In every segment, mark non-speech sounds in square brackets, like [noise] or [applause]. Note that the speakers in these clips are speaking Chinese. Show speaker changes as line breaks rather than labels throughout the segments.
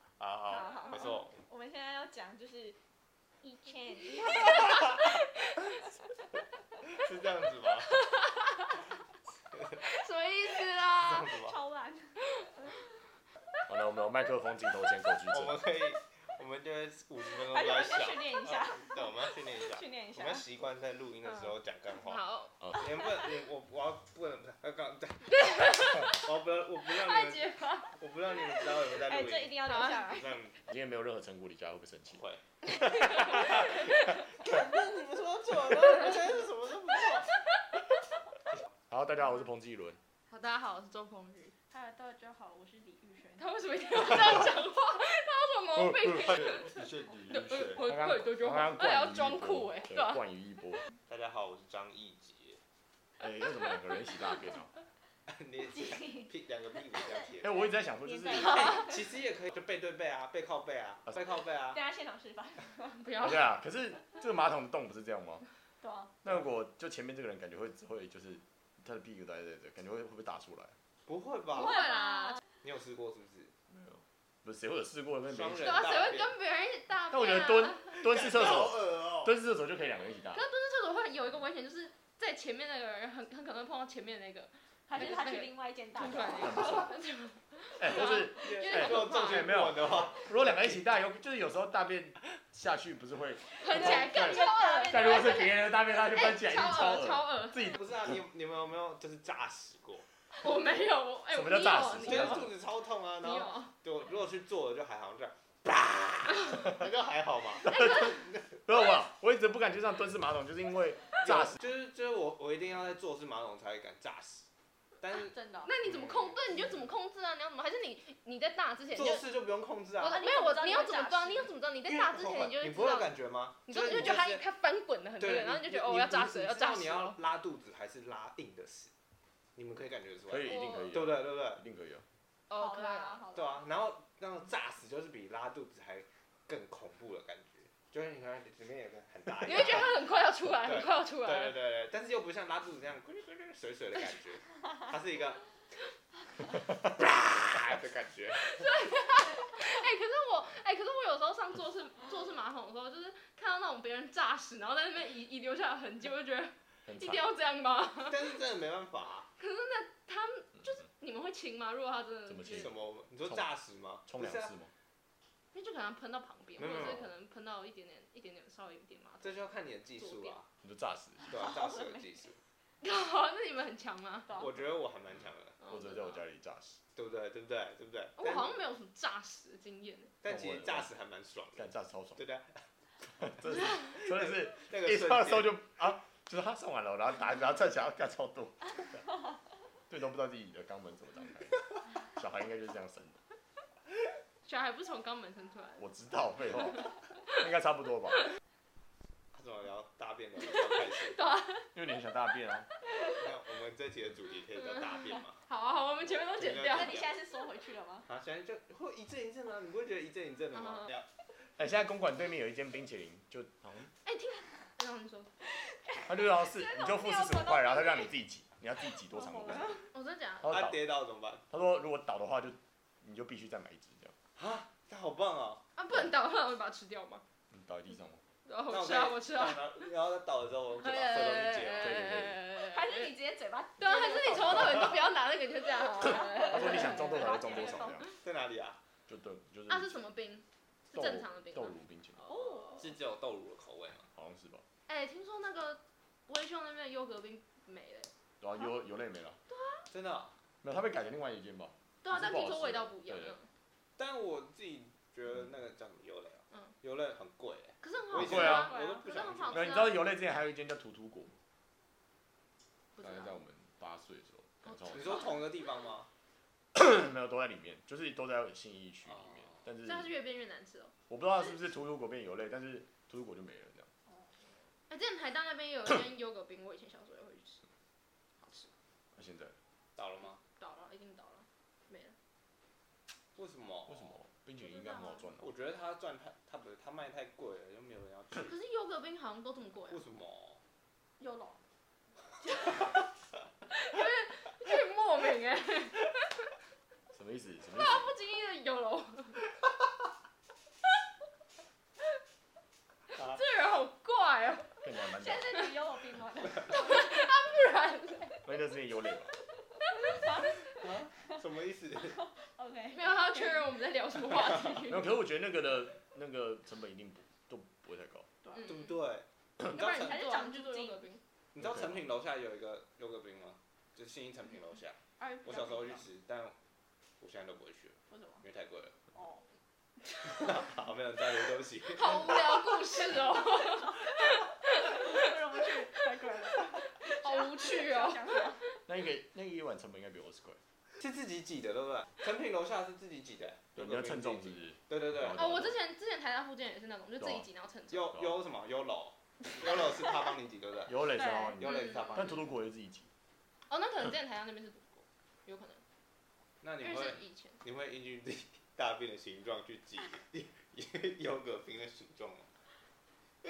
[laughs] 就是一 [laughs] 圈，
是这样子吗？
什么意思
这
啦
样？子吗？
超烂。
好了，我们有麦克风、镜头前过去
我们可
症。
以，我们就五十分钟
而
都
且我
在想
们要。训练一下，
对，我们要训练一下，
训练一
我
下
们要。习惯在录音的时候讲干话。
好，
你们不能，你我我要不能，刚刚我不我不让你
快
们，
结吧。
我不让你们知道我们在
哎，
录
这一
音，
定要留下来。
让你
今天没有任何成果，李佳会不会生气？
[laughs]
会。
那
[laughs]
你们说错了，那你们现在是什么都不做。
好，大家好，我是彭继伦。
好，大家好，我是周鹏宇。
Hello，大家好，我是李玉轩。
他为什么一定要这样讲话？他有什么毛
呃
病？
的确的
对
确，
我
刚
我多久
刚刚
他还要
冠于
装
一
酷
波
哎，，对
对
吧？
冠于一
[laughs]
波。
大家好，我是张义杰。 [laughs]
哎，为什么两个人一起大便啊？
你
[laughs]
屁两个屁股这样贴
哎，，我一直在想说，就
连在一
是
起
对
其实也可以，就背对背啊，背靠背啊，背靠背啊
大。家现场示范。
不要，
啊，可是这个马桶的洞不是这样吗？
对啊，
那如果就前面这个人感觉会只会就是他的屁股待在这，感觉会会不会打出来？
不会
不会
吧？
啦。
啊
你有试过是不是？
没有，不是谁会有试过那
双
没
人
对啊，谁会跟别人一起大便啊？
但我觉得蹲蹲式厕
好
所，
恶哦。
蹲式厕所就可以两个人一起大
可。是蹲式厕所会有一个危险，就是在前面那个人很很可能会碰到前面那个
还是他去另外一间大
吐出来
学。
那个。
哎，或是
如果重点没有的话，
如果两个人一起大，有就是有时候大便下去不是会，
喷起来更超恶
但如果是别人的大便，他就翻起来，一定
哎超
超
恶
恶
超恶，
自己
不是啊，你你们有没有就是炸屎过？
我没有，我哎，
什么叫炸死
你
就是
有
肚子超痛啊，
你
然
有，你
后
有
就如果去做了就还好，这样，那就还好嘛。
不是我，我一直不敢去上蹲式马桶，就是因为炸死。
就是就是我我一定要在做事马桶才会敢炸死，但是
真的哦。
那你怎么控？对，你就怎么控制啊？你要怎么？还是你你在大之前你
做
就
事就不用控制
我
啊。
没有我，你要怎么
因
装？
为
你要怎么装？你在大之前你就
你
会
不
知
会有
道，
感觉吗？
你就就觉得他他翻滚的很
对，
对，然后你就觉得哦我要炸死了，要炸
你
死
要
了。
拉肚子还是拉硬的屎，你们可以感觉出来，
可以，一定可以，
对不对？对不对？
一定可以啊！
哦，
好
可以
啦，
啊。
好啦
对。啊，然后那种炸死就是比拉肚子还更恐怖的感觉，就是你看里面有个很大一
你
个
会觉得他很快要出来，
对
很快要出
对对对
来。
对，但是又不像拉肚子那样咕噜咕噜水水的感觉，它是一
[laughs]
个的感觉。
哎，可是我哎，可是我有时候上坐式坐式马桶的时候，就是看到那种别人炸死，然后在那边遗遗留下的痕迹，我就觉得
很
一
惨
定。要这样吗？
但是真的没办法、啊，
他们就是你们会亲吗？如果他真的
怎么
就
亲
是
什么？你说诈死吗？
冲
不
两
是啊
次吗？
因为就可能喷到旁边，
没
或
有
者
没
是
有
可能喷到一点点、一点点、稍微有一点马桶。
这就要看你的技术啊，
你就炸死。
对啊，诈死的技
[laughs]
术，
哦那你们很强吗？
对啊
我觉得我还蛮强的，
或者在我家里炸死，
对不对？对不对？对不对？
哦我好
但
像没有什么诈死的经验。
但其实诈死还蛮爽
干
的，
炸死超爽，
对的，
真的是真的是
那个
一上的
瞬
时候
间，
就啊，就是他上完了，然后打，然后站起来啊干超多，对，都不知道自己的肛门怎么张开。小孩应该就是这样生的，
小孩不是从肛门生出来的，
我知道，废话，应该差不多吧？
他怎么聊大便聊得这么开心？
因为你很想大便啊。
[laughs] 那我们这期的主题可以叫大便吗？
好啊，好，我们前面都剪掉
那。你现在是缩回去了吗？
啊，现在就会一阵一阵啊，你不会觉得一阵一阵的吗
嗯？
聊
哎，现在公馆对面有一间冰淇淋，就好像
然后你说，
他就要是你就付四十五块，然后他让你自己挤，你要自己挤多长的
我
路
们？
我真的假的？
他说
他
倒，
啊跌倒怎么办？
他说如果倒的话就你就必须再买一只这样，
啊，那好棒哦！
啊，不能倒，不然我会把它吃掉嘛。
你嗯倒在地上吗？
然后
那
我
我
吃
可以
啊，我吃啊。哎
然后他倒了之后，我们就把所有东西解了。
还是你直接嘴巴？
对啊，还是你从头到尾都不要拿那个，就这样。
他
他
说你想中多少就中多少这样，
在哪里啊？
就对，就是
啊，嗯是什么冰？是正常的冰
豆
吗？
乳冰淇淋，
哦。
是只有豆乳的口味吗？
好像是吧？
哎，听说那个威秀那边的优格冰没了。
然后
哦
油啊油类没了，
真的哦、
没有，他被改成另外一间吧？
对啊，但听
不
说
好吃
味道不一样
对。
但我自己觉得那个叫什么油类啊
嗯，
油类很贵欸
可是很
我
好
以
吃
前
啊，
我都不
可是
想
很
吃
好吃啊。
没有，你知道油类之前还有一间叫图图果，
不知
大概在
道。哦
我们八岁的时候，可能
啊
超好
你
吃
说同一个地方吗？
没有都在里面，就是都在信义区里面，但
所以它是
是
越变越难吃哦。
我不知道是不是图图果变油类，但是图图果就没了这样。
哎，之前台大那边有一间优格冰，我以前小时候也会去吃，好吃。
那啊现在
倒了吗？
倒了，一定倒了，没了。
为什么？
为什？
哦
么冰淇淋应该很好赚哦的？
我觉得他赚太，他不是他卖太贵了，就没有人要吃。
可是优格冰好像都这么贵、啊
为，什么？
又老。
很莫名哎、啊
什么意思？什么意思？
不经意的有了。哦
[laughs]
[laughs]
[laughs] 在聊什么话题
没？有，可是我觉得那个的那个成本一定不都不会太高。
嗯
对不对？
要
你知
不
道
然你
成
还
还
是
是
讲
讲
究
去
做
做
优
优
格
格冰，
你知道成品楼下有一个优格冰吗？就信义成品楼下，
二比
我
较
小时候
平
去
常
吃，但我现在都不会去了，
为什么？
因为太贵了。
哦，
好，没有加油，对不起。
好无聊故事 [laughs] 哦，
为什么去？太贵 [laughs] 了，
好无趣哦。
想想
那一个那一碗成本应该比二十块。
[laughs] 是自己挤的，对不对？成品楼下是自己挤的，
对，
有
你要称重
自
是
己
不
挤。
是？
对对对，
哦
[laughs] 哦，我之前之前台大附近也是那种，就自己挤然后称重。
优优什么优楼，优楼是他帮你挤，对不对？
有嘞，
对
是吗？
优楼是他帮
但
你
土
挤。
土国也自己挤，
哦，那可能之前台大那边是读过，有可能，
那你
因为
会
是以前。
你会依据自己大便的形状去挤 [laughs] 优格冰的形状吗？
这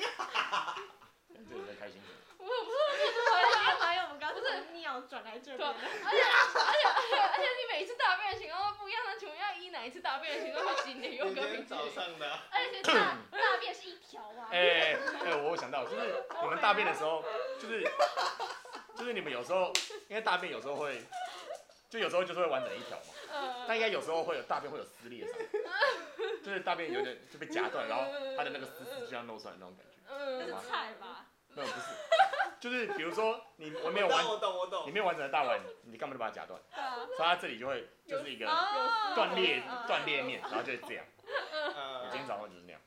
个在开心什么？
我也不是
因为我们刚
不
不
是
是尿转来这
对
边
啊，而且而且而且而且你每一次大便的情况都不一样，那请问要依哪一次大便的情况去挤你的优
你
格
今
冰
天
淇
早
淋？
上的啊，
而且大大便是一条啊，
哎哎，我有想到，就是你们大便的时候，就是就是你们有时候，因为大便有时候会，就有时候就是会完整一条嘛，但
呃，
应该有时候会有大便会有撕裂伤，就是大便有点就被夹断，然后它的那个丝丝就要露出来那种感觉。
那
嗯
是菜？吧？
没有，不是，就是比如说你我没有完
那，我懂我
你
懂。
没有完整的大碗，你干嘛就把它夹断？
对啊，
所以它这里就会就是一个
哦
断裂
嗯
断裂面，然后就是这样。我今
呃，
天早上就是那样。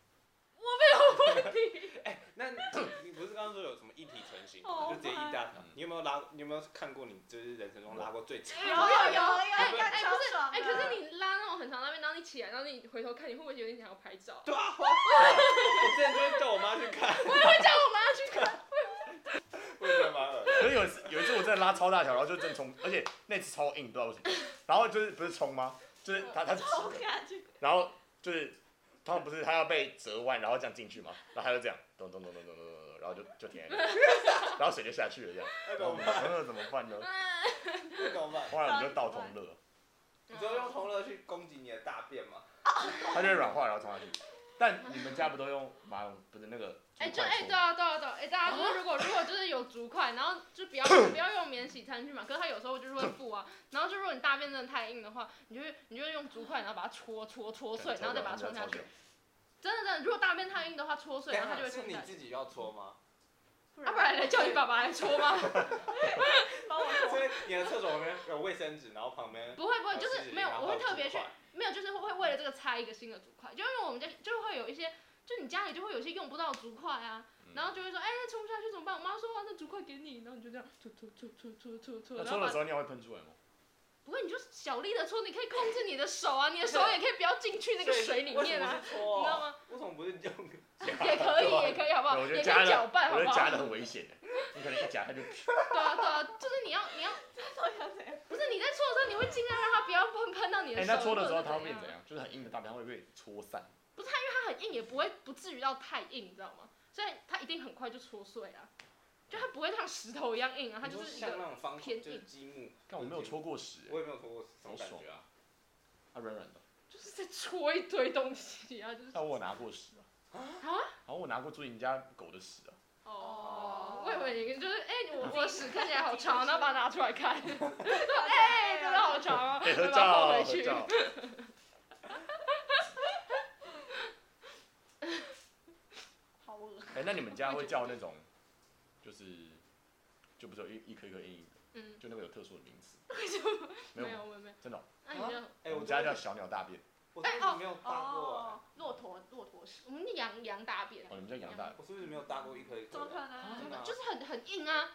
那你你不是刚刚说有什么一体成型吗，
哦
就直接一大条
嗯？
你有没有拉？你有没有看过你就是人生中拉过最长？
有有有有，哎
不是
哎不是
哎，可是你拉那种很长的大便，然后你起来，然后你回头看，你会不会有点想要拍照？
对啊，我我之前就会叫我妈去看，
[laughs]
我也会叫我妈去看。
我觉得蛮恶心。
可是有一次有一次我真的拉超大条，然后就真冲，而且那次超硬，不知道为什么。然后就是不是冲吗？就是它它是
冲
直的，
下去，
然后就是他不是他要被折弯，然后这样进去嘛，然后他就这样咚咚咚咚咚咚咚咚，然后就就停在
[laughs]
那里，然后水就下去了这样。
那
然
怎
后我
么
们
办？
想说怎么办呢？
嗯
那怎么办？
后来我们就倒同乐，
你就用同乐去攻击你的大便吗？
它就会软化然后冲下去。但你们家不都用马桶？不是那个？
哎，
竹
就
筷
哎，
冲
对啊，对啊，对啊，哎，大家就是如果如果就是有竹筷，然后就不要不要用免洗餐具嘛。可是它有时候就是会布啊，然后就如果你大便真的太硬的话，你就会你就会用竹筷，然后把它戳戳戳碎，然后再把它冲下去。。真的真的，如果大便太硬的话，戳碎，然后它就会
哎是
冲
你
下去。
自己要搓吗？
不
啊，不然来叫你爸爸来戳吗？
帮我搓，
所以你的厕所旁边有卫生纸，然后旁边
不会不会，
有
就
湿
是
纸巾
没有，
然后
我会特别
纸
去
块
没有，就是会会为了这个拆一个新的竹筷，就因为我们家就会有一些，就你家里就会有一些用不到的竹筷啊，
嗯
然后就会说，哎、冲不下去怎么办？我妈说，啊，那竹筷给你，然后你就这样搓搓搓搓搓搓搓，
那
然后
搓的时
把，
候尿会喷出来吗？
不过你就小力的搓，你可以控制你的手啊，你的手也可以不要进去那个水里
所以为
面啊，
[laughs]
什么是搓哦
你知道吗？
为什么不是用？
[laughs] 也可以，也可以，好不好？
对哦我觉得
也可
加
以
了
搅拌，好
我觉
不
得夹
好？
的很危险的，你可能一
[laughs]
夹它就。
对啊，对啊，就是你要，你要，
到底要怎样？
不是你在搓的时候，你会尽量让它不要喷喷到你的
哎，
手。
那搓的时候它
或者
会
是
变怎样？就是很硬的大便它会被搓散。
它很硬，也不会不至于到太硬，你知道吗？所以它一定很快就搓碎啊，就它不会像石头一样硬啊，它
你
就
说
是一
像
个
那种方
偏硬
就是积木，
但我没有搓过屎，欸
我也没有搓过，什么
好
感
爽
觉啊？
它软软的。
就是在搓一堆东西啊，就是
但我有拿过屎啊，
啊，
然后我拿过住你家狗的屎
[laughs]
啊，
哦，我以为你就是哎、
嗯
我我屎看起来好
[laughs]
长，然后把它拿出来看，
哎
哎、真的好长啊，
哎，合
再把它
照
放回
合
去。
照。
好恶，
哎，那你们家会叫那种，就是就不是有一一颗一颗硬硬的，
嗯，
就那个有特殊的名词？
没
没
有，
有，
我没有。
真的哦。
那你就
哎，
我
我
们家叫小鸟大便，
我
哎
是不
哦
是没有搭过啊？，
骆驼骆驼屎，
我们就羊羊大便
哦，，你们叫羊大便，
我是不是没有搭过一颗一
怎
颗
么可
的？
能？
啊
就是很很硬
[coughs]
啊，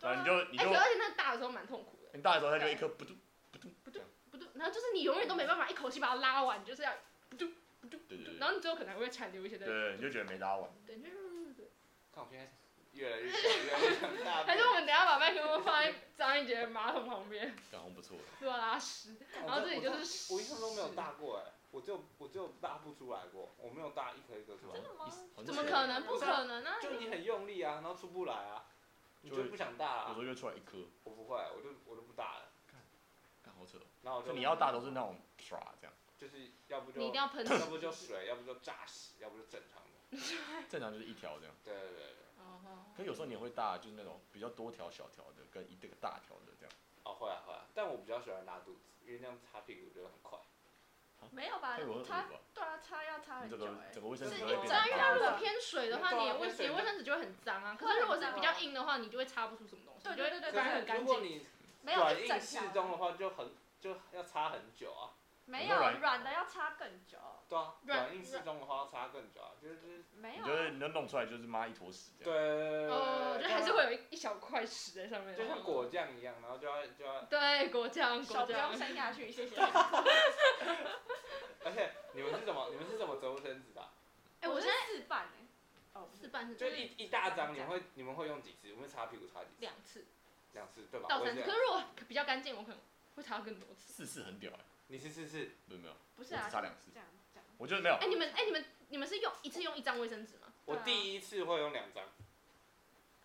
然后你就你
哎、
就
可而且那大的时候蛮痛苦的。
你大的时候它就一颗不嘟不嘟不嘟，
不对，然后就是你永远都没办法一口气把它拉完，你就是要
对对对
然。后你最后可能还会残留一些在，
对，你就觉得没拉完。
对，就是
看我现在越来越像，越来越像大
[laughs] 还是我
便。
们等一下把麦克风放在张一杰的马桶旁边，
刚刚不错，
对吧？拉屎，
然
然后这里就是屎
我印象中没有搭过哎，我只有我只有搭不出来过，我没有搭一颗一颗出来。
真的吗？
怎么可能？不可能啊！
就你很用力啊，然后出不来啊，你
就
就
会
不想大啊。
有时候就出来一颗，
我不会，我就我就不大了。
看好扯。
然后我
就
就
你要大都是那种唰这样，
就是要不就
你一定要喷
要
屎。
不就水，要不就炸屎，要不就正常的。
正常就是一条这样。
对对对对，
哦
可有时候你会大，就是那种比较多条小条的，跟一这个大条的这样。
哦会啊会啊，但我比较喜欢拉肚子，因为那样擦屁股觉得很快。
没有吧
泰国？
擦
吧，
对啊，擦要擦
哎你
很久
整个
哎、
整个卫生
是
纸
因
都
为
会
因为
变得很
它
脏
如果偏水的话，
对啊
你也卫
偏水
你卫生纸就会很脏啊。可是如果是比较硬的话，你就会擦不出什么东西，
对
你就会
对对
擦得
但
很干
如果
净。
你
没有
软硬
一
啊
整
适
条
中的话，就很就要差很久啊。
没
很多
有
软
软的要擦更久，
对啊，
软
软硬适中的话要差更久啊，就是就是
没
你
有
就
啊
是你就弄出来就是妈一坨屎这样。
对，
哦，我觉得
对啊
还是会有一一小块屎在上面。
就像果酱一样，然后就要就要，
对果酱果
手不
酱
用，伸下去，谢谢。
而且你们是怎么你们是怎么折卫生纸的啊？
哎，我现在
是四瓣哎，哦不
是
是，
半是
就一一大张，你们会你们会用几次？你们会擦屁股擦几次？
两次
两次对吧？
到
我也
三
是
次，可是如果比较干净，我可能会擦更多次。
四次很屌哎，
你是四次，
没有没有，
不
我
是
只
啊，
擦两次
这，样这样，
我觉得没有
哎，，你们哎你们你们是用一次用一张卫生纸吗？
我
对啊
第一次会用两张，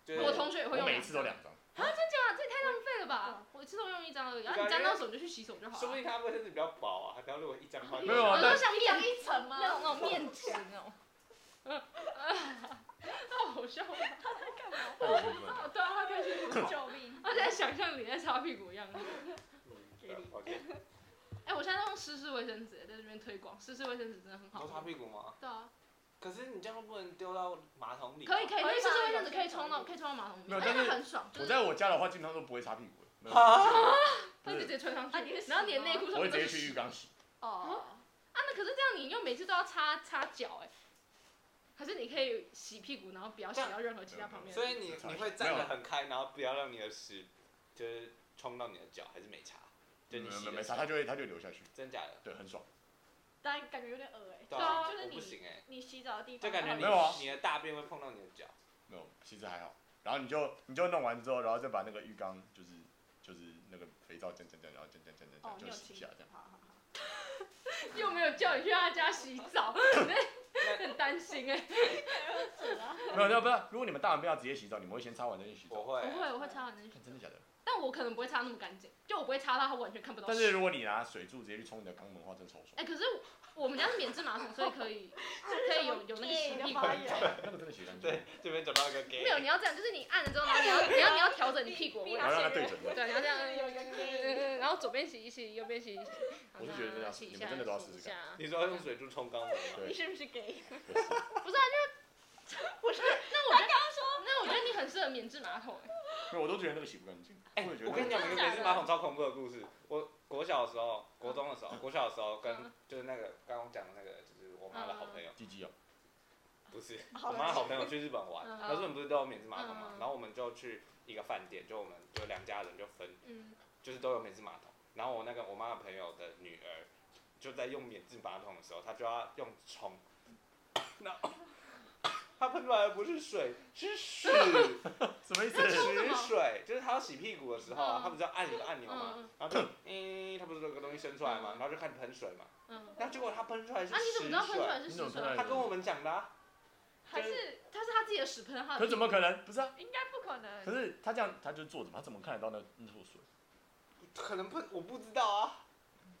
就是
我同学也会
我
用
每一
两
次
次
都两
[laughs]
张。
啊，这也太浪费了吧！我一次都用一张而已，然
啊
后你沾到手就去洗手就好
说不
了。
定他卫生纸比较薄啊，然后如果一张的话就
没有啊
我都
但
像
一
面
人一层吗？
那种那种面纸那种，太 [laughs] 好笑了。
干嘛？
哦对啊，他开
[laughs]
始，
救命！
他现在想象你在擦屁股一样。
嗯对啊抱歉
哎，我现在都用湿式卫生纸在这边推广，湿式卫生纸真的很
你
好
会擦
用。
屁股吗？
对啊，
可是你这样不能丢到马桶里啊。
可以可以，
可以
那湿
吗
式卫生
有
纸
些
可以
可
冲
以
到可以冲到马桶里，
没有
而
但
且
是
很爽，就
我
是
在我家的话，基本上都不会擦屁股，
[laughs]
没有
它就直接吹上
啊你
去
会，洗
然后你的内裤
不是
上
我会
面都
直接
是
去浴
屎。
缸洗。
哦，
啊，那可是这样，你又每次都要擦擦脚哎。可是你可以洗屁股，然后不要洗到任何其他旁边的地方。
所以你你会站得很开，然后不要让你的屎就是冲到你的脚，还是没擦？就
没
你
有没
洗
有没
的时
擦，
候
它就会它就流下去，
真假的？
对，很爽。
但感觉有点恶哎，
对
啊
就是
我不
你
行哎，
你洗澡的地
就
方，
感觉
然
你
后
没有啊
你的大便会碰到你的脚。
没有，其实还好。然后你就你就弄完之后，然后再把那个浴缸就是就是那个肥皂沾沾沾，然后沾沾沾沾
哦
沾，，
你
就
有
洗
清
一下
洁
这样。
好好好，
又没有叫你去他家洗澡，很担心哎、
[laughs] 是 [laughs] 啊，
[laughs] 没有，没有，不是。如果你们大完便要直接洗澡，你们会先擦完再去洗
我
澡？
会
不会，我会擦完再去
看真的假的？
但我可能不会擦那么干净，就我不会擦到它完全看不到
但
屎。
是如果你拿水柱直接去冲你的肛门的话，真的超爽。
哎、可是我们家是免治马桶，所以可 [laughs] 以可以有有那个洗屁股。
发言，
那个真的洗干净。
对，这边找到一个 gay
没。有，你要这样，就是你按了之后，然后你要你要你要调整你屁股的位
避
置
然
避
[laughs]
后让它对准。
对，你要这样， [laughs]
有一 [laughs] 个 gay
然后左边洗一洗，右边洗一洗。
我是觉得这样
洗一
你
下，
们真的都要
洗一
试试看
下
你说用水柱冲肛门吗？
对
你是不是 gay？
对是
那我觉得那我觉得你很适合免治马桶、哎，
没有，我都觉得那个洗不干净。
哎，
我也觉得
我跟你讲一个免治马桶超恐怖的故事。我国小的时候，国中的时候，国小的时候跟
嗯
就是那个刚刚讲的那个，就是我妈的好朋友，
鸡鸡哦，
不是
好
我妈的好朋友去日本玩，
嗯
然后日本不是都有免治马桶嘛
嗯，嗯
然后我们就去一个饭店，就我们就两家人就分，
嗯，
就是都有免治马桶。然后我那个我妈的朋友的女儿就在用免治马桶的时候，她就要用冲，然后她喷出来的不是水，是
[laughs]
屎，
什么意思？
屎水，就是她要洗屁股的时候啊
嗯，
她不是要按一个按钮
嗯
嘛
嗯，
然后就嗯，她不是有个东西伸出来嘛，然后就开始喷水嘛，
嗯。
然后结果她喷出来是
啊，你怎么
屎
知道喷出
水，
来是
你
屎
怎么
水
喷出来
啊？
她跟我们讲的啊，
还是他是他自己的屎喷他的
[laughs] 可怎么可能？不是啊，
应该不可能
可。是他这样，他就坐着嘛，他怎么看得到那那坨水？
可能喷我不知道啊，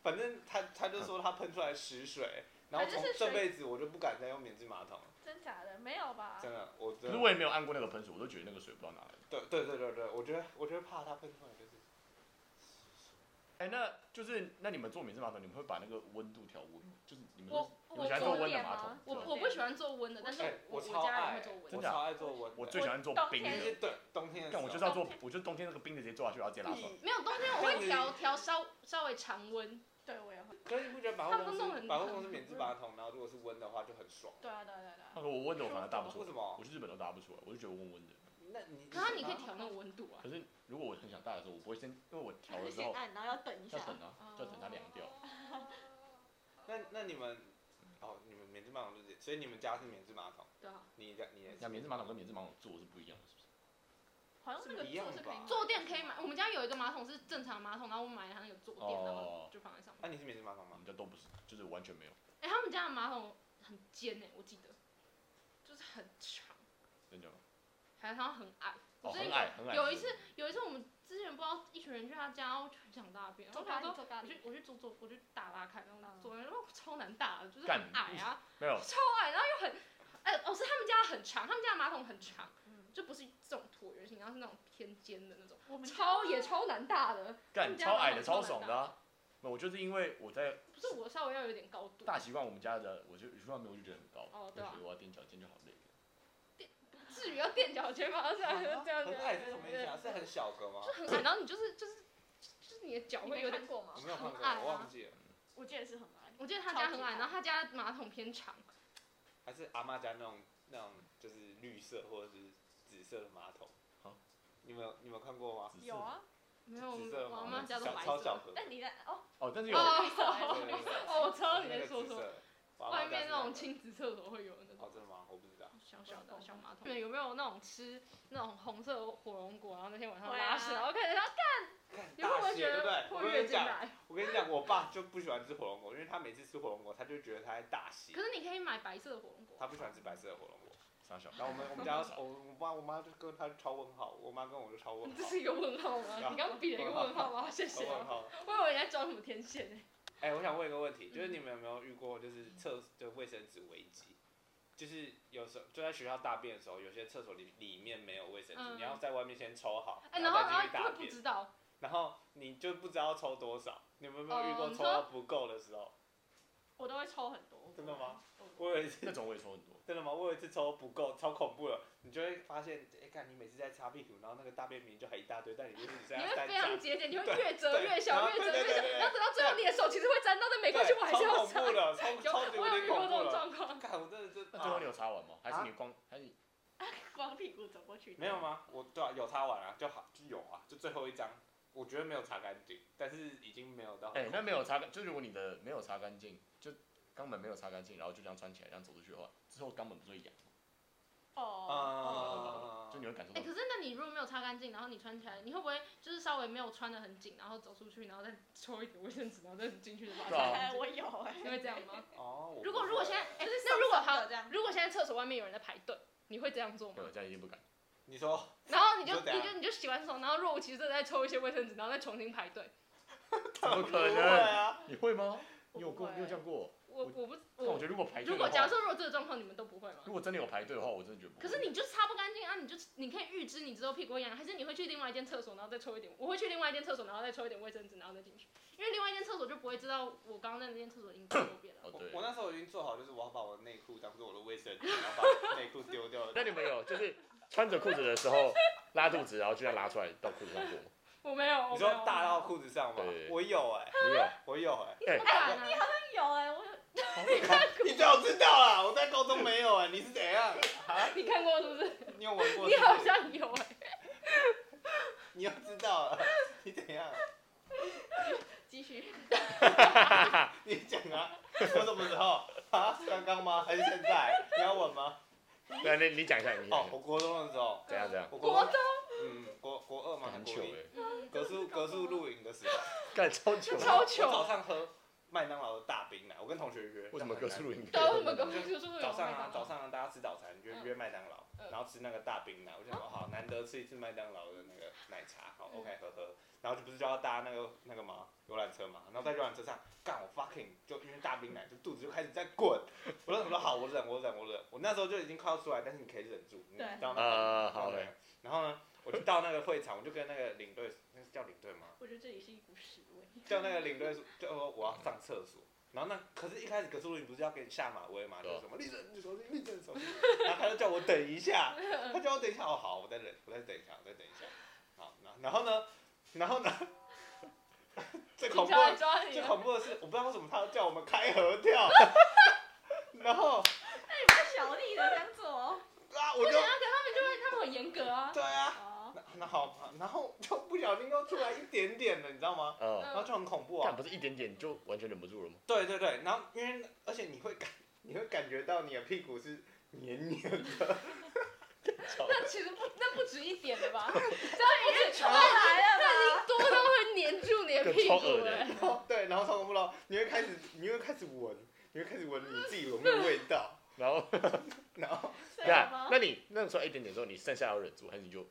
反正她她就说她喷出来屎水，然后
反正
从
是
这
水
辈子我就不敢再用免治马桶了，
真假的？没有吧？
真的，我真
可
的
是。我也没有按过那个喷水，我都觉得那个水不知道哪来的。
对对对对对，我觉得我觉得怕它喷出来就是，
哎、那就是那你们做免治马桶，你们会把那个温度调温吗，就是你们
我
你
我
们喜欢做温
我
的马桶？
我
是吧
我不喜欢做温的，但是
哎
我
超
家人
爱
会做，温
真
我
的。
的啊
超爱做温的，
我最喜欢做冰
那
的
些，对冬天的时候，嗯
但我就是要做，我就冬天那个冰的直接坐下去，然后直接拉出来。
屁
没有冬天我会调调稍稍微常温，
对，我也会。
可是你不觉得百货
他们
公
弄
司
得很
百货公司免治马桶，然后如果是温的话就很爽，
对啊，对啊对啊对
[laughs] 那
啊。
个我温的我反而搭不出
为
来，
什么？
我去日本都搭不出来，我就觉得温温的。
那你
可是你可以调那个温度啊。
可是如果我很想大的时候，我不会先，因为我调了之
先
后
按，然后要等一下
要。等啊，要等它凉
哦
掉。
[laughs]
那那你们哦，你们免治马桶就是，所以你们家是免治马桶，
对啊，
你家你也
那
是
免治马桶跟免治马桶坐是不一样的，是不是？
好像那个座是可以
坐垫可以
嗯
买，我们家有一个马桶是正常马桶，然后我买了它那个坐垫，然后就放在上面。
那啊你是免治马桶
我
吗？
们家都不是，就是完全没有，
哎，他们家的马桶很尖哎，我记得，就是很长，
真的吗？
还有它很矮。
哦，
我之前
很
有
矮，很矮。
有一次，有一次我们之前不知道一群人去他家，我就很想大便，然后
坐
我
咖
想说
喱，坐咖
我
喱
去。我去坐坐，我去打拉开，然后
嗯
坐那，然后超难打的，就是
干
很矮啊，
没有，
超矮，然后又很，哎、哦是他们家很长，他们家的马桶很长，
嗯
就不是这种椭圆形，然后是那种偏尖的那种，
我们家
超也超难打的，
干超矮的超爽的啊，那我就是因为我在
不是我稍微要有点高度，啊
大习惯我们家的，我就习惯没有就觉得很高，
哦
就
对啊
觉得我要踮脚尖就好累。
至于要垫脚尖吗？啊
啊
[laughs] 这样这样
很
子，
矮是什么意思啊？是很小个吗？
很矮，然后你就是就是就是你的脚
你
会
没
有点
看，过吗
我？没有看过，
很矮啊
我忘记了，
我记得是很矮，
我记得他家很
超级
矮，
矮
然后他家马桶偏长，
还是阿妈家那种那种就是绿色或者是紫色的马桶
好。
你们有你们有看过吗？
只
[laughs]
是
有，啊，
没有，
紫色的
我
马
妈
桶，
家都
小
白
超
色
小。盒，
但你的哦，
哦，但是有
[laughs]
哦
绿色还
对
是
对
绿
对
色？
[laughs] 哦，我知道你
那
在
个
说
紫色
什么。
的，我阿嬷
外
家
面
是
那种
个
亲子厕所会有那
哦，
种
真的吗？我不知
[laughs]
道。
小小的小马桶。对，有没有那种吃那种红色火龙果，然后那天晚上
会
拉
啊
屎，然后看着他，
看
你会不
大
会
写
觉
对不对？
得会
我跟
月
你
经
讲，
来？
我跟你讲，我爸就不喜欢吃火龙果，因为他每次吃火龙果，他就觉得他在大写
可。是你可以买白色的火龙果。啊
他不喜欢吃白色的火龙果。
傻小，
然后我们我们
[laughs]
家我我爸我妈就跟他超问号，我妈跟我就超问
你 [laughs] 这
号，
是一个问号吗？你刚刚比了一个问号吗？谢
超
谢。
问号。
我以为你在装什么天线呢？
哎、我想问一个问题，
嗯
就是你们有没有遇过就是厕就卫生纸危机？就是有时候就在学校大便的时候，有些厕所里里面没有卫生纸，
嗯
你要在外面先抽好，
哎，然
然
后
啊再进去
然后
大
会不
便，
知道，
然后你就不知道抽多少。你们有没有遇
哦
过
你
抽
说
到不够的时候？
我都会抽很多。
真的吗？
嗯？
我有一次
那种我也抽很多，
真的吗？我有一次抽不够，超恐怖了。你就会发现，哎、看你每次在擦屁股，然后那个大便明明就还一大堆，但你就是只剩
你
下
会
三
非常
张。
节俭，你会
啊对
越折
对
越
然
小，
后
越折
对
越
对
小，
对对
然后等到最后你的手其实会沾到，但
对，
没关系，我还是
超
要
恐怖
擦。
的，超
有，
超级无
我有
敌
遇过
恐
这
怖
种
了。
状况。
看，我真的是。
那最后你有擦完吗？还是
啊
你光还是你
光屁股走过去。
没有？吗？我对啊，有擦完啊，就好，就有啊，就最后一张，我觉得没有擦干净，但是已经没有到。
哎，那没有擦干，就如果你的没有擦干净，就肛门没有擦干净，然后就这样穿起来这样走出去的话，之后肛门不是会痒，
哦。
啊，
就你会感受
哎、
到
可是那你如果没有擦干净，然后你穿起来，你会不会就是稍微没有穿的很紧，然后走出去，然后再抽一点卫生纸，然后再进去就把它
对啊
哎
擦干净？
[laughs] 我有哎。
你会这样吗？
哦，我
如果
不
如果
会
现在，哎、
就是
那如果
松松的
好
这样，
如果现在厕所外面有人在排队，你会这样做
没
吗？
有，这样一定不敢。
你说
然后你就
你说怎
你
样
就你就洗完手，然后若无其事地再抽一些卫生纸，然后再重新排队。
怎么可
不会
能？
啊，
你会吗？
我
你有
不
过？
会
你有这样过？
我我不
但我
我
觉得如果排队
嗯如
的
果假
话，
设如果这个状况你们都不会吗？
如果真的有排队的话，我真的觉得不
可
会。
是你就擦不干净啊，你就你可以预知你之后屁股会痒，还是你会去另外一间厕所，然后再抽一点？我会去另外一间厕所，然后再抽一点卫生纸，然后再进去，因为另外一间厕所就不会知道我刚刚在那间厕所已经去右边了。
哦
我
对
我，那时候已经做好，就是我要把我内裤当做我的卫生纸，然后把内裤丢掉。
那你们有就是穿着裤子的时候拉肚子，然后就这样拉出来到裤子上过吗？
我没有，我
你
没有
说大到裤子上吗
对？
我有哎，
没有。
我有哎，
不敢啊！
有哎，我有。
你早知道啦，我在高中没有哎，你是怎样？
你看过是不是？
你有玩过？
你好，像有哎、
[laughs] 你又知道了，你怎
[laughs]
样？
继续。
[laughs] 你讲啊，我什么时候 [laughs] 啊？刚刚吗？还是现在？你要吻吗？
对啊，那你讲一下，你讲
哦
一，下
我国中的时候，
怎样怎样？
我
国
国
中
嗯国国二嘛，
干很
国
糗
一，
哎，
格数格数露营的时候，
干超糗的。
超
我早
糗，
上喝麦当劳的大冰奶，我跟同学约。
为什
但
么格
很难
斯录音？
对啊，为什么跟叔叔有
早上
麦
啊
当，
早
劳
上大家吃早餐就
嗯
约麦当劳，
嗯哦
然后吃那个大冰奶，我就想说哦好难得吃一次麦当劳的那个奶茶，好
嗯
OK 呵呵，然后就不是就要搭那个那个嘛游览车嘛，然后在游览车上干我 fucking 就因为大冰奶就肚子就开始在滚， [laughs] 我就想说好我忍我忍我忍，我那时候就已经快要出来，但是你可以忍住，你
对
知道吗？
嗯
啊，好嘞，
然后呢，我就到那个会场，我就跟那个领队，那是叫领队吗？
我觉得这里是一股屎味。 [laughs]
叫那个领队说，就说我要上厕所。然后那可是，一开始葛苏林不是要给你下马威嘛，就
对
是
啊
什么立正，你手机立正手机，然后他就叫我等一下，他叫我等一下，哦好，我再忍，我再等一下，我再等一下，好，然后然后呢，然后呢， [laughs] 最恐
警
怖
察来
的
抓你
最
了，
恐怖的是，我不知道为什么他要叫我们开合跳， [laughs] 然后
小丽的这样做哦。
啊我
不
就
行啊，可他们就会他们很严格啊，
对啊，
[laughs] 哦。
那那好，然后就不小心又出来一点点了，你知道吗？
嗯，
然后就很恐怖啊
干，不是一点点就完全忍不住了吗？
对对对，然后因为而且你会感 [laughs] 你会感觉到你的屁股是黏黏的，
那其实不那不止一点了吧？
出 [laughs] 来了吧？
多到会黏住你的屁
更超恶
股
的
哎、
然后对，然后超恐怖了，你会开始你会开始闻，你会开始闻你自己有没有味道， [laughs]
然后，
然后
这
对
样
啊
吗，？
那你那个时候一点点之后，你剩下要忍住，还是你就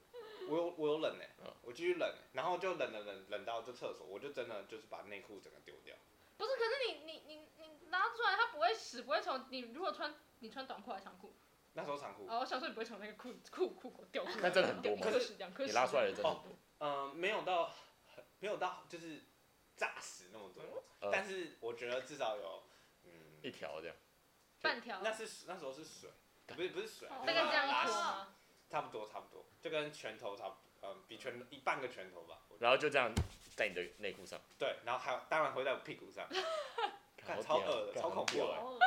我有我有冷呢、欸
嗯
我继续冷，然后就冷冷冷冷到这厕所，我就真的就是把内裤整个丢掉，
不是，可是你你你你拉出来，它不会屎，不会从你如果穿你穿短裤还是长裤，
那时候长裤，
哦，我想说你不会从那个裤裤裤口掉出来，
那真的很多吗
可是两颗
你
屎
呃
拉出来的真的
嗯、没有到很没有到就是炸死那么多，
嗯
但是我觉得至少有，嗯，
一条这样，
半条，
那是那时候是水，不是不是水，
大
大概哦这样
拉
拖
屎
啊。
差不多差不多，就跟拳头差不多，嗯，比拳一半个拳头吧，我觉得
然后就这样在你的内裤上，
对，然后还有当然会在我屁股上，看
好
超
屌
恶的
干
超
好
恐怖
屌
的
好恶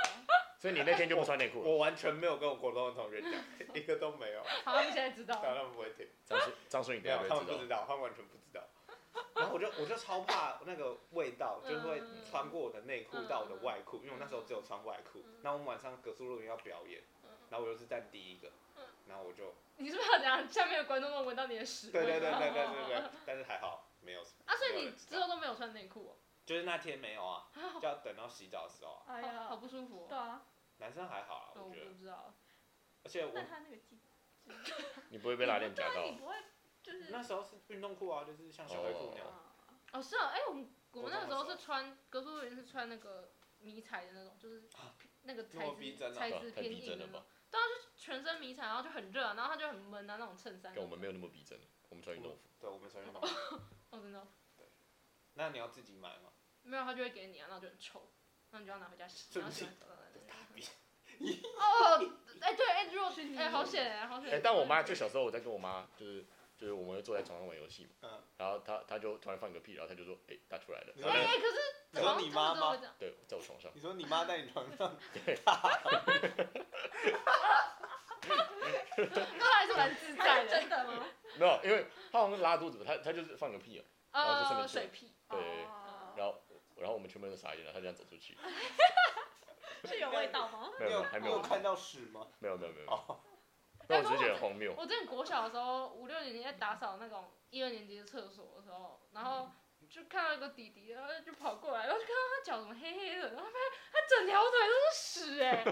所以你那天就不穿内裤了，
我完全没有跟我国中的同学讲， [laughs] 一个都没有，
好，他们现在知道
当然
了。
他们不会听。
张叔张叔你
没
该
有，
不
他
会
们
知道
不知道，他们完全不知道。然后我就我就超怕那个味道，就是会
嗯
穿过我的内裤
嗯
到我的外裤，因为我那时候只有穿外裤
嗯。
那我们晚上格数露营要表演
嗯，
然后我又是站第一个
嗯，
然后我就
你是不是要讲下面的观众都闻到你的屎味？
对对对对对对对，但是还好没有，
啊，所以你之后都没有穿内裤
就是那天没有啊，
[laughs] 哦，
就要等到洗澡的时候啊。
哎
好好
呀，
不舒服
对
哦。
啊，
男生还好啊，
我
我觉得
不，知道，
而且
但
我
他那个技，
你不会被拉链夹到
你，不会就是
那时候是运动裤啊，就是像小黑裤那样，
啊
哦是哦，哎，我们我们那个时候
我
是穿格苏云是穿那个迷彩的那种，就是
啊
那个
那
材
么逼真
质
啊
材质
对太
偏
逼
硬
真
的
了
那种
吧，？
全身迷彩，然后就很热啊，然后它就很闷啊，那种衬衫。
跟我们没有那么逼真，我们穿运动服，
对，我们穿运动裤。
哦，真的哦
那你要自己买吗？
没有，他就会给你啊，然后就很臭，那你就要拿回家洗，
对
然
不
后
起
洗完。呃
大逼，
[laughs]
哦，哎对，哎如果
是你
哎好险哎好险！
哎，但我妈就小时候我在跟我妈就是。就是我们会坐在床上玩游戏嘛，
嗯
然后她她就突然放个屁，然后她就说，哎、大出来了，
你
然
说
哎
后就
哎，可是
你说你妈
好
吗
像？
对，在我床上，
你说你妈在你床上，
他还是蛮自在的。
的吗？
没有，因为她好像拉肚子吧，她她就是放个屁啊，然后就顺
呃，
便
水屁，
对
哦
然后然后我们全部人都傻眼了，她这样走出去，
是有味道吗？
没
你
有
有
还
你
没有
有看到屎吗？
没有没有没有，没有
哦，
哎那我只是觉得很荒谬，
我之前国小的时候，五六年级在打扫那种一二年级的厕所的时候，然后就看到一个弟弟，然后就跑过来，然后就看到他脚怎么黑黑的，然后发现他整条腿都是屎哎、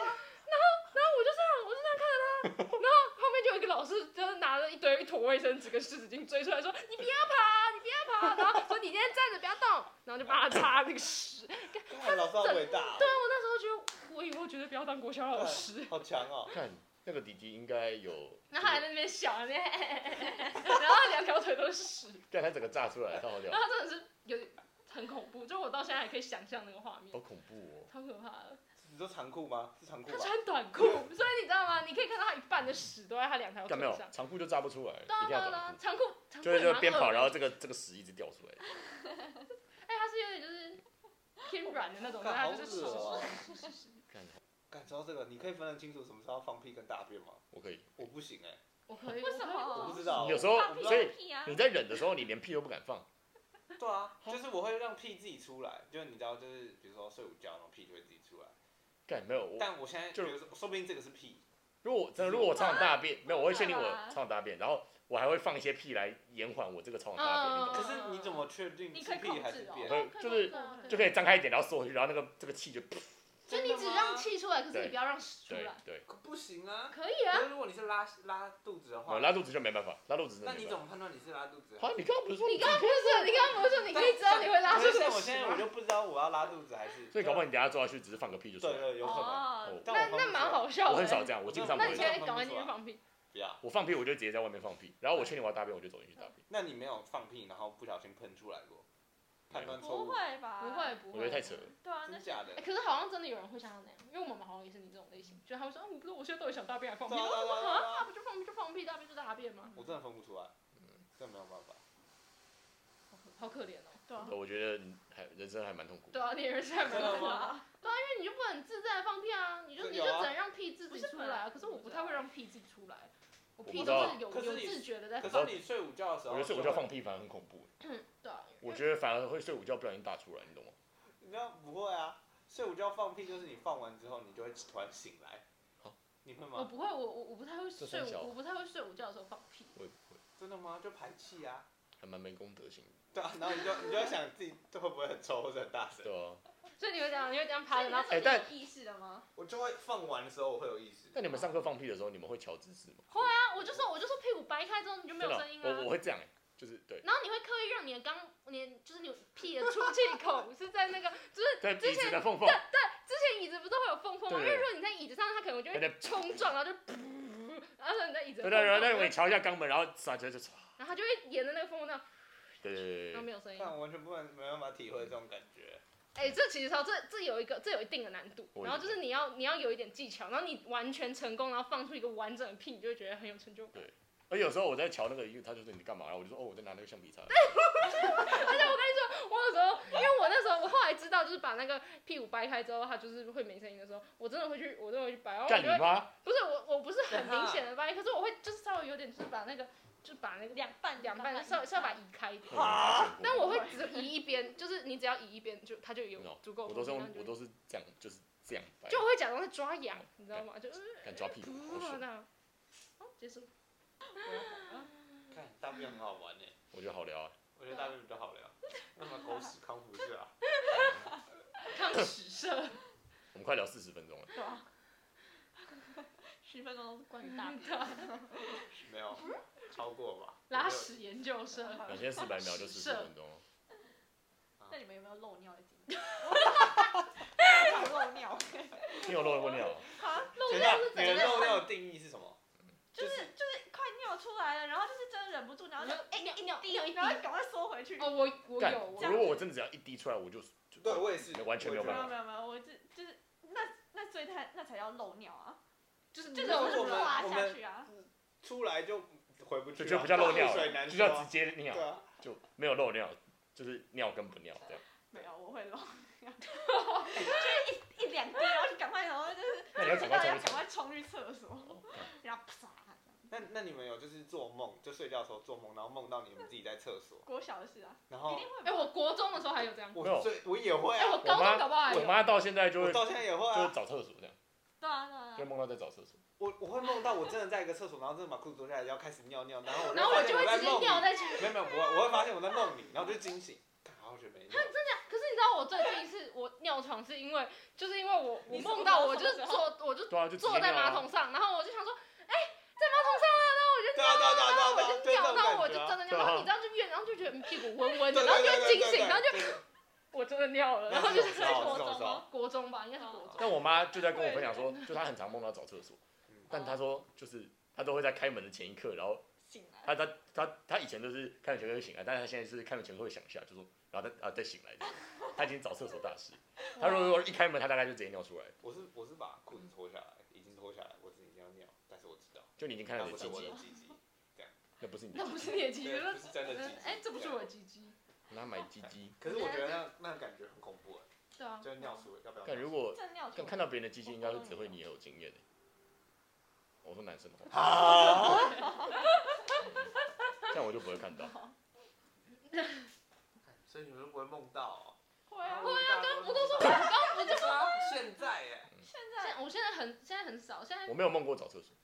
然后我就这样，我就这样看着他，然后旁边就有一个老师，就是拿着一堆一坨卫生纸跟湿纸巾追出来说：“你不要爬，你不要爬。”然后说：“你今天站着不要动。”然后就帮他擦那个屎。对
看老师好伟大哦，
啊，我那时候觉得，我以后绝对不要当国小老师。
好强哦！
看那个弟弟应该有，
然后还 [laughs] 在那边笑，那边然后两条腿都是屎，
但他整个炸出来，他好
[laughs]
屌
然，后他真的是有点很恐怖，就我到现在还可以想象那个画
好
面，
恐怖哦，
超可怕的。
你说长裤吗？是长裤
他
吧？
穿短裤，所以你知道吗？你可以看到他一半的屎都在他两条腿
干没有
上。
长裤就炸不出来，
对啊
一定
对
要
啊对啊长
短，裤，
裤长裤
就是
也
就
蛮
是边跑
恶的
然后这个这个屎一直掉出来，
哎，它是有点就是偏软的那种，
干
它
好
就是
恶哦
湿湿湿湿湿
看
感受到这个，你可以分得清楚什么时候要放屁跟大便吗？
我可以，
我不行哎，
[laughs] 我可以，
为什么
我可以
我
哦
不知道。
有时候
我不知道
所以
屁啊
你在忍的时候你连屁都不敢放，
对啊，就是我会让屁自己出来，就是你知道，就是比如说睡午觉，然后屁就会自己出来。
干没有我。
但我现在
就
比如说，说不定这个是屁，
如果我真的，如果我超想大便，没有，我会确定
干
我
啊
嘛
超想大便，然后我还会放一些屁来延缓我这个超想大便，你
嗯
懂
可
吗？
是你怎么确定
哦你
是
可以
屁还是
控制哦
我
便？
会就是
对
就可以张开一点，然后缩回去，然后那个这个气就噗
就你只让气出来，可是
对
你不要让屎出
对
来，
对，
可不行啊。
可以
可
啊。
是如果你是拉拉肚子的话
我，拉肚子就没办法，拉肚子真
那
的没
你
办
怎
法。
么判断你是拉肚子？
啊好，你刚刚不是说
你刚刚不是，你刚刚不是说你可以知道你会拉
可是
出的
像我
屎
现在我
吗？
就不知道我要拉肚子还是。
所以搞不好你等下坐下去只是放个屁就出
对
来了。
对，有可能。
哦，
哦
但
那
我
那蛮好笑
我很少
的。
这样，我基本上不
那
会
你
这
现
样。
在赶快进去放屁，
不要。
我放屁我就直接在外面放屁，然后我确定我要大便我就走进去大便。
那你没有放屁，然后不小心喷出来过，判断错
不
误，
会吧？
不会，不
我
会，
觉得太扯了。
对啊，那
真假的
哎。可是好像真的有人会像他那样，因为我妈妈好像也是你这种类型，就是她会说，啊，我不知道我现在到底想大便还是放屁，
对啊对啊对啊
啊，啊不就放屁就放屁，大便就大便嘛，
我真的分不出来，
嗯
这没有办法。
好可好可怜哦。
对啊，
我觉得你还人生还蛮痛苦的。
对啊，你也是还蛮
真的
可
吗
怜。你就不能自在地放屁啊，你就
可
你
有
就
啊
只能让屁自己出
不
来啊。
是本来
可是我不太会让屁自己出来，我
不
屁
知
都
道
是有
可是
有
你
自觉的在
可
放
是。你睡午觉的时
我
候，
觉得睡午觉放，屁反而很恐怖，
对啊，
我
得
觉得反而会睡午觉不小心大出来，你懂吗？
你知道不会啊？睡午觉放屁就是你放完之后，你就会突然醒来
好。
你会
我
吗？
不会，我我我不太会
这
睡
三小
午，我不太会睡午觉的时候放屁。
我也不会，
真的吗？就排气啊。
还蛮没公德心的。
对啊，然后你就你就会想自己会不会很臭或者很大声。
对啊，
所以你会这样，你会这样趴着，然后
哎但
有意识的吗？
我就会放完的时候我会有意识。
那你们上课放屁的时候，你们会调姿势吗？
会啊，我就说我就说屁股掰开之后你就没
真
有
的
声音
我我
啊。
会这样欸，就是对，
然后你会刻意让你的肛，你就是你屁的出气口是在那个，
[laughs]
就是
在鼻
之
子
前
的缝缝，
之前椅子不是会有缝缝吗？因
对
为如果你在椅子上，它可能就
有
会
点
冲撞，然后就噗，然后你在椅子的
对对对，
缝缝
那你瞧一下肛门，然后撒出来就唰，
然后它就会沿着那个缝缝那样。
对对对对
然后
对，
没有声音。
但我完全不能没办法体会这种感觉。
哎、这其实超这这有一个这有一定的难度，
我也
然后就是你要你要有一点技巧，然后你完全成功，然后放出一个完整的屁，你就会觉得很有成就感。
而且有时候我在瞧那个，他就说你干嘛？然后我就说哦，我在拿那个橡皮擦。
而且我跟你说，我有时候因为我那时候我后来知道，就是把那个屁股掰开之后，它就是会没声音的时候，我真的会去我真的会去掰，然后我
干
就
你
会
妈！
不是我我不是很
对啊
明显的掰，可是我会就是稍微有点就是把那个就把那个
两半
两半稍微稍微把它移开一点。
嗯
啊
但我会只移一边，就是你只要移一边，就它就有
没有
足够的
我都
空
是
间。然
用
后
我
你
都是嗯这样，就是这样掰，
就就会假装在抓痒，你知道吗？就
敢抓屁股，好
噗
爽，
的，好结束。
看大便很好玩呢，
我觉得好聊啊。
我觉得大便比较好聊。
啊
那么狗屎康复是啊，
康
[laughs]
史社，
我们快聊四十分钟了，
对吧？十分钟都是关于大便，
没有超过吧？
拉屎研
[laughs]
究社，
两千四百秒就四十分钟，
那你们有没有漏尿的经历？漏尿，
你有漏过尿啊？
漏
等一
尿
下
是，怎
你的
样？
漏尿的定义是什么？
就是就是快尿出来了，然后就是真的忍不住，然后就哎
尿
一
尿
滴
尿一滴
然后赶快缩回去。
哦，我我
干
有，我
如果我真的只要一滴出来，我就就
对，我也是，
完全没有
没
办
有
法。
没有没有，我这就是那那最太那才叫漏尿啊，
就是
就是
我们
漏
就是
出来
拉
我
下
们
去啊。
出来就回不去
就
啊，
就不叫漏尿
大水
了，
难
就
收
叫
啊
直接尿
对，啊，
就没有漏尿，就是尿跟不尿这样。
没有，我会漏尿，就是一 [laughs] 一两滴，然后就赶快，然后就是
那你要赶
知道要
快
赶
冲
快冲去厕
哦
所，
一冲。
然后啪。
那那你们有就是做梦，就睡觉的时候做梦，然后梦到你们自己在厕所，
国小的事啊，
然
哦
一
后
定会吧。
哎，我国中的时候还有这样，
没有
我最我也会
哎，
啊，
我高中搞不好还
我
有。
妈到现在就
我
会就
到现在也会
是
啊，
找厕所这样，
对啊对啊
就。梦到在找厕所。
我我会梦到我真的在一个厕所，然后真的把裤子脱下来，然后开始尿尿，然后我
然后我
发现
就会
我在
直接
梦里
尿在去。
没有没有，不会，我会发现我在梦里，然后就惊醒，看，好久没尿。
可是你知道我最近一次我尿床是因为，就是因为我我
你
梦
是
到
梦
我
到
就是
什么
坐我就
对啊，就直接
坐在
尿
马
啊
桶上，然后我就想说，哎，在马桶上了，然后我就
对啊对啊对啊
然后
对啊
我就
对啊，这
尿，然
种
后我
感
就
觉啊
真的尿，
对啊
然后你知道就越，然后就觉得嗯屁股温温
对
的，
对
然后就会
对对
惊
对
醒，然后就
对对
我真的尿了，然后就
那
是
是什么时候是
国
什么时候
中吗
国中吧，应该是国中。
但我妈就在跟我分享说，就她很常梦到找厕所
嗯，
但
哦
她说就是她都会在开门的前一刻，然后
醒来。
她她她她以前都是开门前会醒来，但是她现在是开门前会想一下，就说然后再啊再醒来这样，她已经找厕所大师。她如果一开门，她大概就直接尿出来，
我是我是把裤子脱下来，已经脱下来，我自己要尿，但是我知道，
就你已经看
那
到你
不
的
是
鸡
我
鸡
的
了，
鸡鸡，
那不是你
[laughs]
的
那
鸡
不
鸡，
是你的鸡鸡，
对，不
那
是真的鸡鸡。
哎，这不是我的鸡鸡。
拿买鸡鸡。
可是我觉得那那个感觉很恐怖哎，
对啊，
就是尿出要不要？
但如果
正尿
看
床。
看到别人的鸡鸡，应该是只会你有经验的。我说男生的话，
啊，
这样我就不会看到。
所以你们不会梦到？
会啊。
会啊，刚
不都说
刚不就说现在哎，
现
现
在
在我现在很现在很少，现在
我没有梦过找厕所，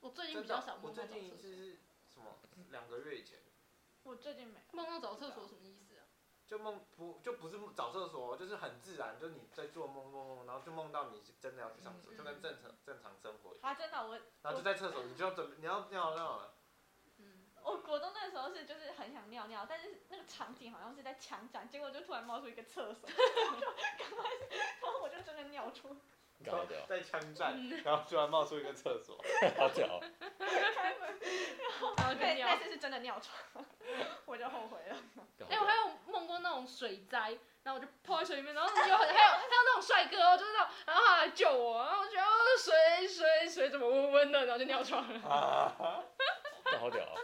我最近
真
比较
的
少，
我
梦到
最
找
近一
厕
次
所。
是什么？两个月以前。
我最近没。
梦到找厕所什么意思啊？
就梦不就不是找厕所，就是很自然，就你在做梦梦梦，然后就梦到你真的要去上厕所，
嗯
就跟正常正常生活一样，
啊，真的，我
然后就在厕所，你就要准备你要尿尿了，
嗯，
我国中那时候是就是很想尿尿，但是那个场景好像是在墙角，结果就突然冒出一个厕所， [laughs] 然后我就赶快，然后我就真的尿出
你知
[laughs]
干
道
嘛的？
在枪战，
嗯
[laughs] 然后突然冒出一个厕所，
好屌！哦
开门，
嗯
然哦后就
对，
尿
那。次是真的尿床， [laughs] 我就后悔了。
哎、我还有梦过那种水灾，然后我就泡在水里面，然后有很还有还有那种帅哥哦，就是那种，然后他来救我，然后我觉得哦水水水怎么温温的，然后就尿床了，
啊，
这好屌啊！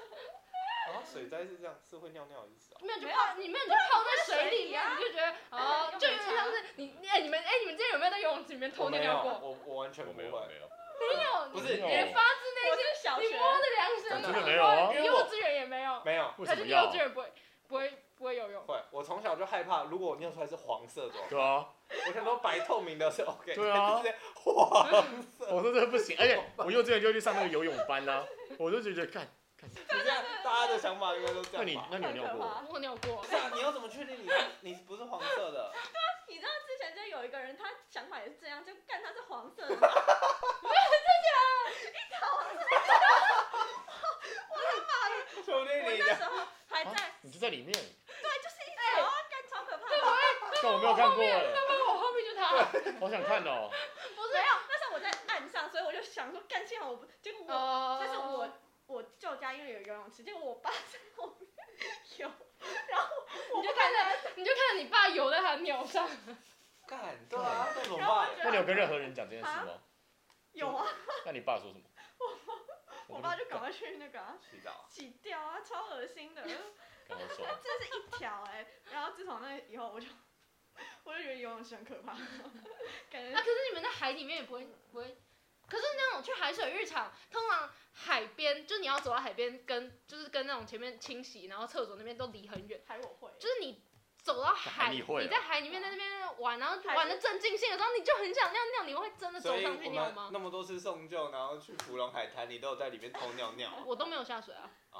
然后水灾是这样，是会尿尿的意思啊，
没有就
没有
泡，你没有就泡在水里面，
在
你就觉得哦，就有点像是你哎、你们哎、你们之前有没有在游泳池里面偷
我
尿
没有，
尿过？
我我完全
我
不
没
会，
有，没有，
没有，
不
你
是
没有
你发自
我
内心，
是小
你
学，
摸着良心，
真的
你
没
有啊
摸
因为
幼
我
稚园也没有，
没有
为
他就
什么
是幼
要
稚？园不会不会不会游
[laughs]
泳，
会，我从小就害怕，如果我尿出来是黄色的，
对啊，
我想说白透明的是 [laughs] OK，
对啊
但是黄色，
我说这不行，而且我幼稚园就去上那个游泳班啦、我就觉得干，
你这样大家的想法应该都这
那
样
你
吧。
那你有尿
很可怕
过？
我尿过
不，是啊，你要怎么确定你你不是黄色的？
[laughs]
你知道之前就有一个人，他想法也是这样，就干他是黄色的，真的假
说不定你
的？我那
的
时候还在，
哦你就在里面，
就是一直哦，干超可怕的。
但我没有看过哎、
我后面就他，
好想看哦、
不是
没有，那时候我在岸上，所以我就想说，干幸好我不，结果我，
哦，
[laughs] 但是我我舅家因为有游泳池，结果我爸在后面游，然
你就看着你就看着你爸游在他的尿 [laughs] 上，
干，对啊，那怎么
然后我
办
就？觉
那你有
得
跟任何人讲这件事吗？
有啊，
那你爸说什么？
我爸就赶快去那个啊
洗澡，
洗掉啊，超恶心的，
跟我说，
这是一条哎、 [laughs] 然后自从那以后，我就 [laughs] 我就觉得游泳池很可怕， [laughs] 感觉
啊，可是你们在海里面也不会不会。可是那种去海水浴场，通常海边就你要走到海边，跟就是跟那种前面清洗，然后厕所那边都离很远。
海我会。
就是你走到海，
你会啊
在海里面在那边玩，然后
海
玩的正尽兴的时候，你就很想尿尿，你会真的
所
走
以
上去
我
尿
们
吗？
那么多次送救，然后去芙蓉海滩，你都有在里面偷尿尿啊
我都没有下水啊，
啊？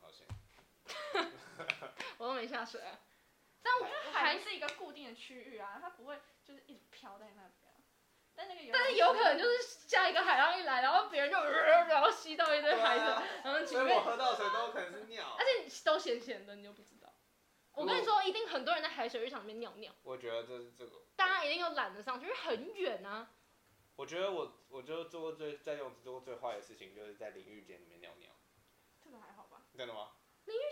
好险，
我都没下水啊。但我 [laughs]
就海是一个固定的区域啊，它不会就是一直飘在那边啊。但那个游泳
但是有可能就是下一个海浪一来，然后别人就、呃然后吸到一堆海水，
对啊
然后前
所以我
面，
喝到的水都有可能是尿啊
而。且你都咸咸的，你就不知道。我跟你说，一定很多人在海水浴场里面尿尿，
我觉得这是这个，
大家一定又懒得上去，因为很远啊。
我觉得我我就做过最在泳池做过最坏的事情，就是在淋浴间里面尿尿。
这个还好吧？
真的吗？
为什么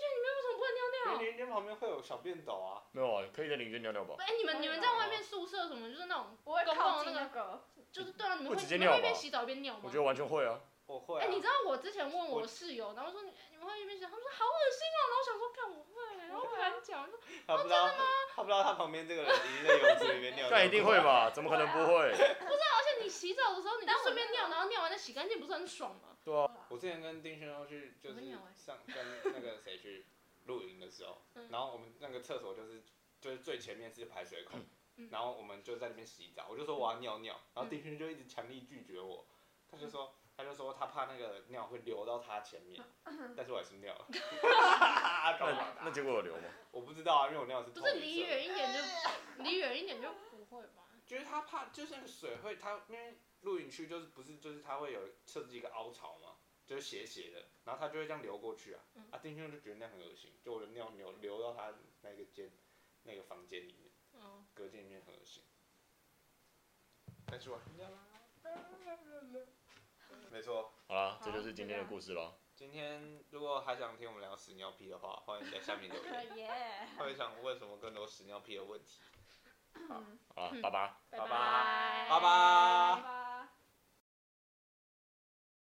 不
因
能
为
尿尿？
淋浴间旁边会有小便斗啊。
没有啊，可以在淋浴间尿尿吧？
哎、你们你们在外面宿舍什么，就是那种，
不会
公共
靠近
那
那个，
就是对啊，你们
会
会
直接
你们会
尿
一边
吧
洗澡一边尿吗？
我觉得完全会啊。
我会、啊。
哎、你知道我之前问我
我
室友，然后说你你们会一边讲，他们说好恶心哦，然后我想说干我会，然后不敢讲，就
他不知道，他不知道他旁边这个人已经在泳池里面尿尿。
[laughs] 但一定会。吧？怎么可能不会？
而且你洗澡的时候你就
但我
顺便
那
尿，
个
然后尿完再洗干净，不是很爽吗？
我之前跟丁轩要去，就是
我会尿欸
上跟那个谁
[laughs]
去露营的时候
嗯，
然后我们那个厕所就是就是最前面是排水孔
嗯，
然后我们就在那边洗澡，我就说我要尿尿，然后丁轩就一直强力拒绝我，他
嗯
就说他就说他怕那个尿会流到他前面，
嗯
但是我还是
[laughs]
尿了， [laughs] 干嘛
那那结果有留吗？
我不知道啊，因为我尿的是透
不是
明
离
色的
远一点就离远一点就不会吧？
就是他怕，就是那个水会，他因为露营区就是不是就是它会有设计一个凹槽嘛，就是斜斜的，然后它就会这样流过去啊。
嗯
啊，丁兄就觉得那很恶心，就我的尿流流到他那个间那个房间里面，
嗯，
隔间里面很恶心。但是我还是尿了
[laughs]
没错，
好啦，这就是今天的故事了。
今天如果还想听我们聊屎尿屁的话，欢迎在下面留
[laughs]
言。
耶。
或者想问什么更多屎尿屁的问题，
嗯
好啦，
拜
拜拜。
拜
拜
拜
拜拜。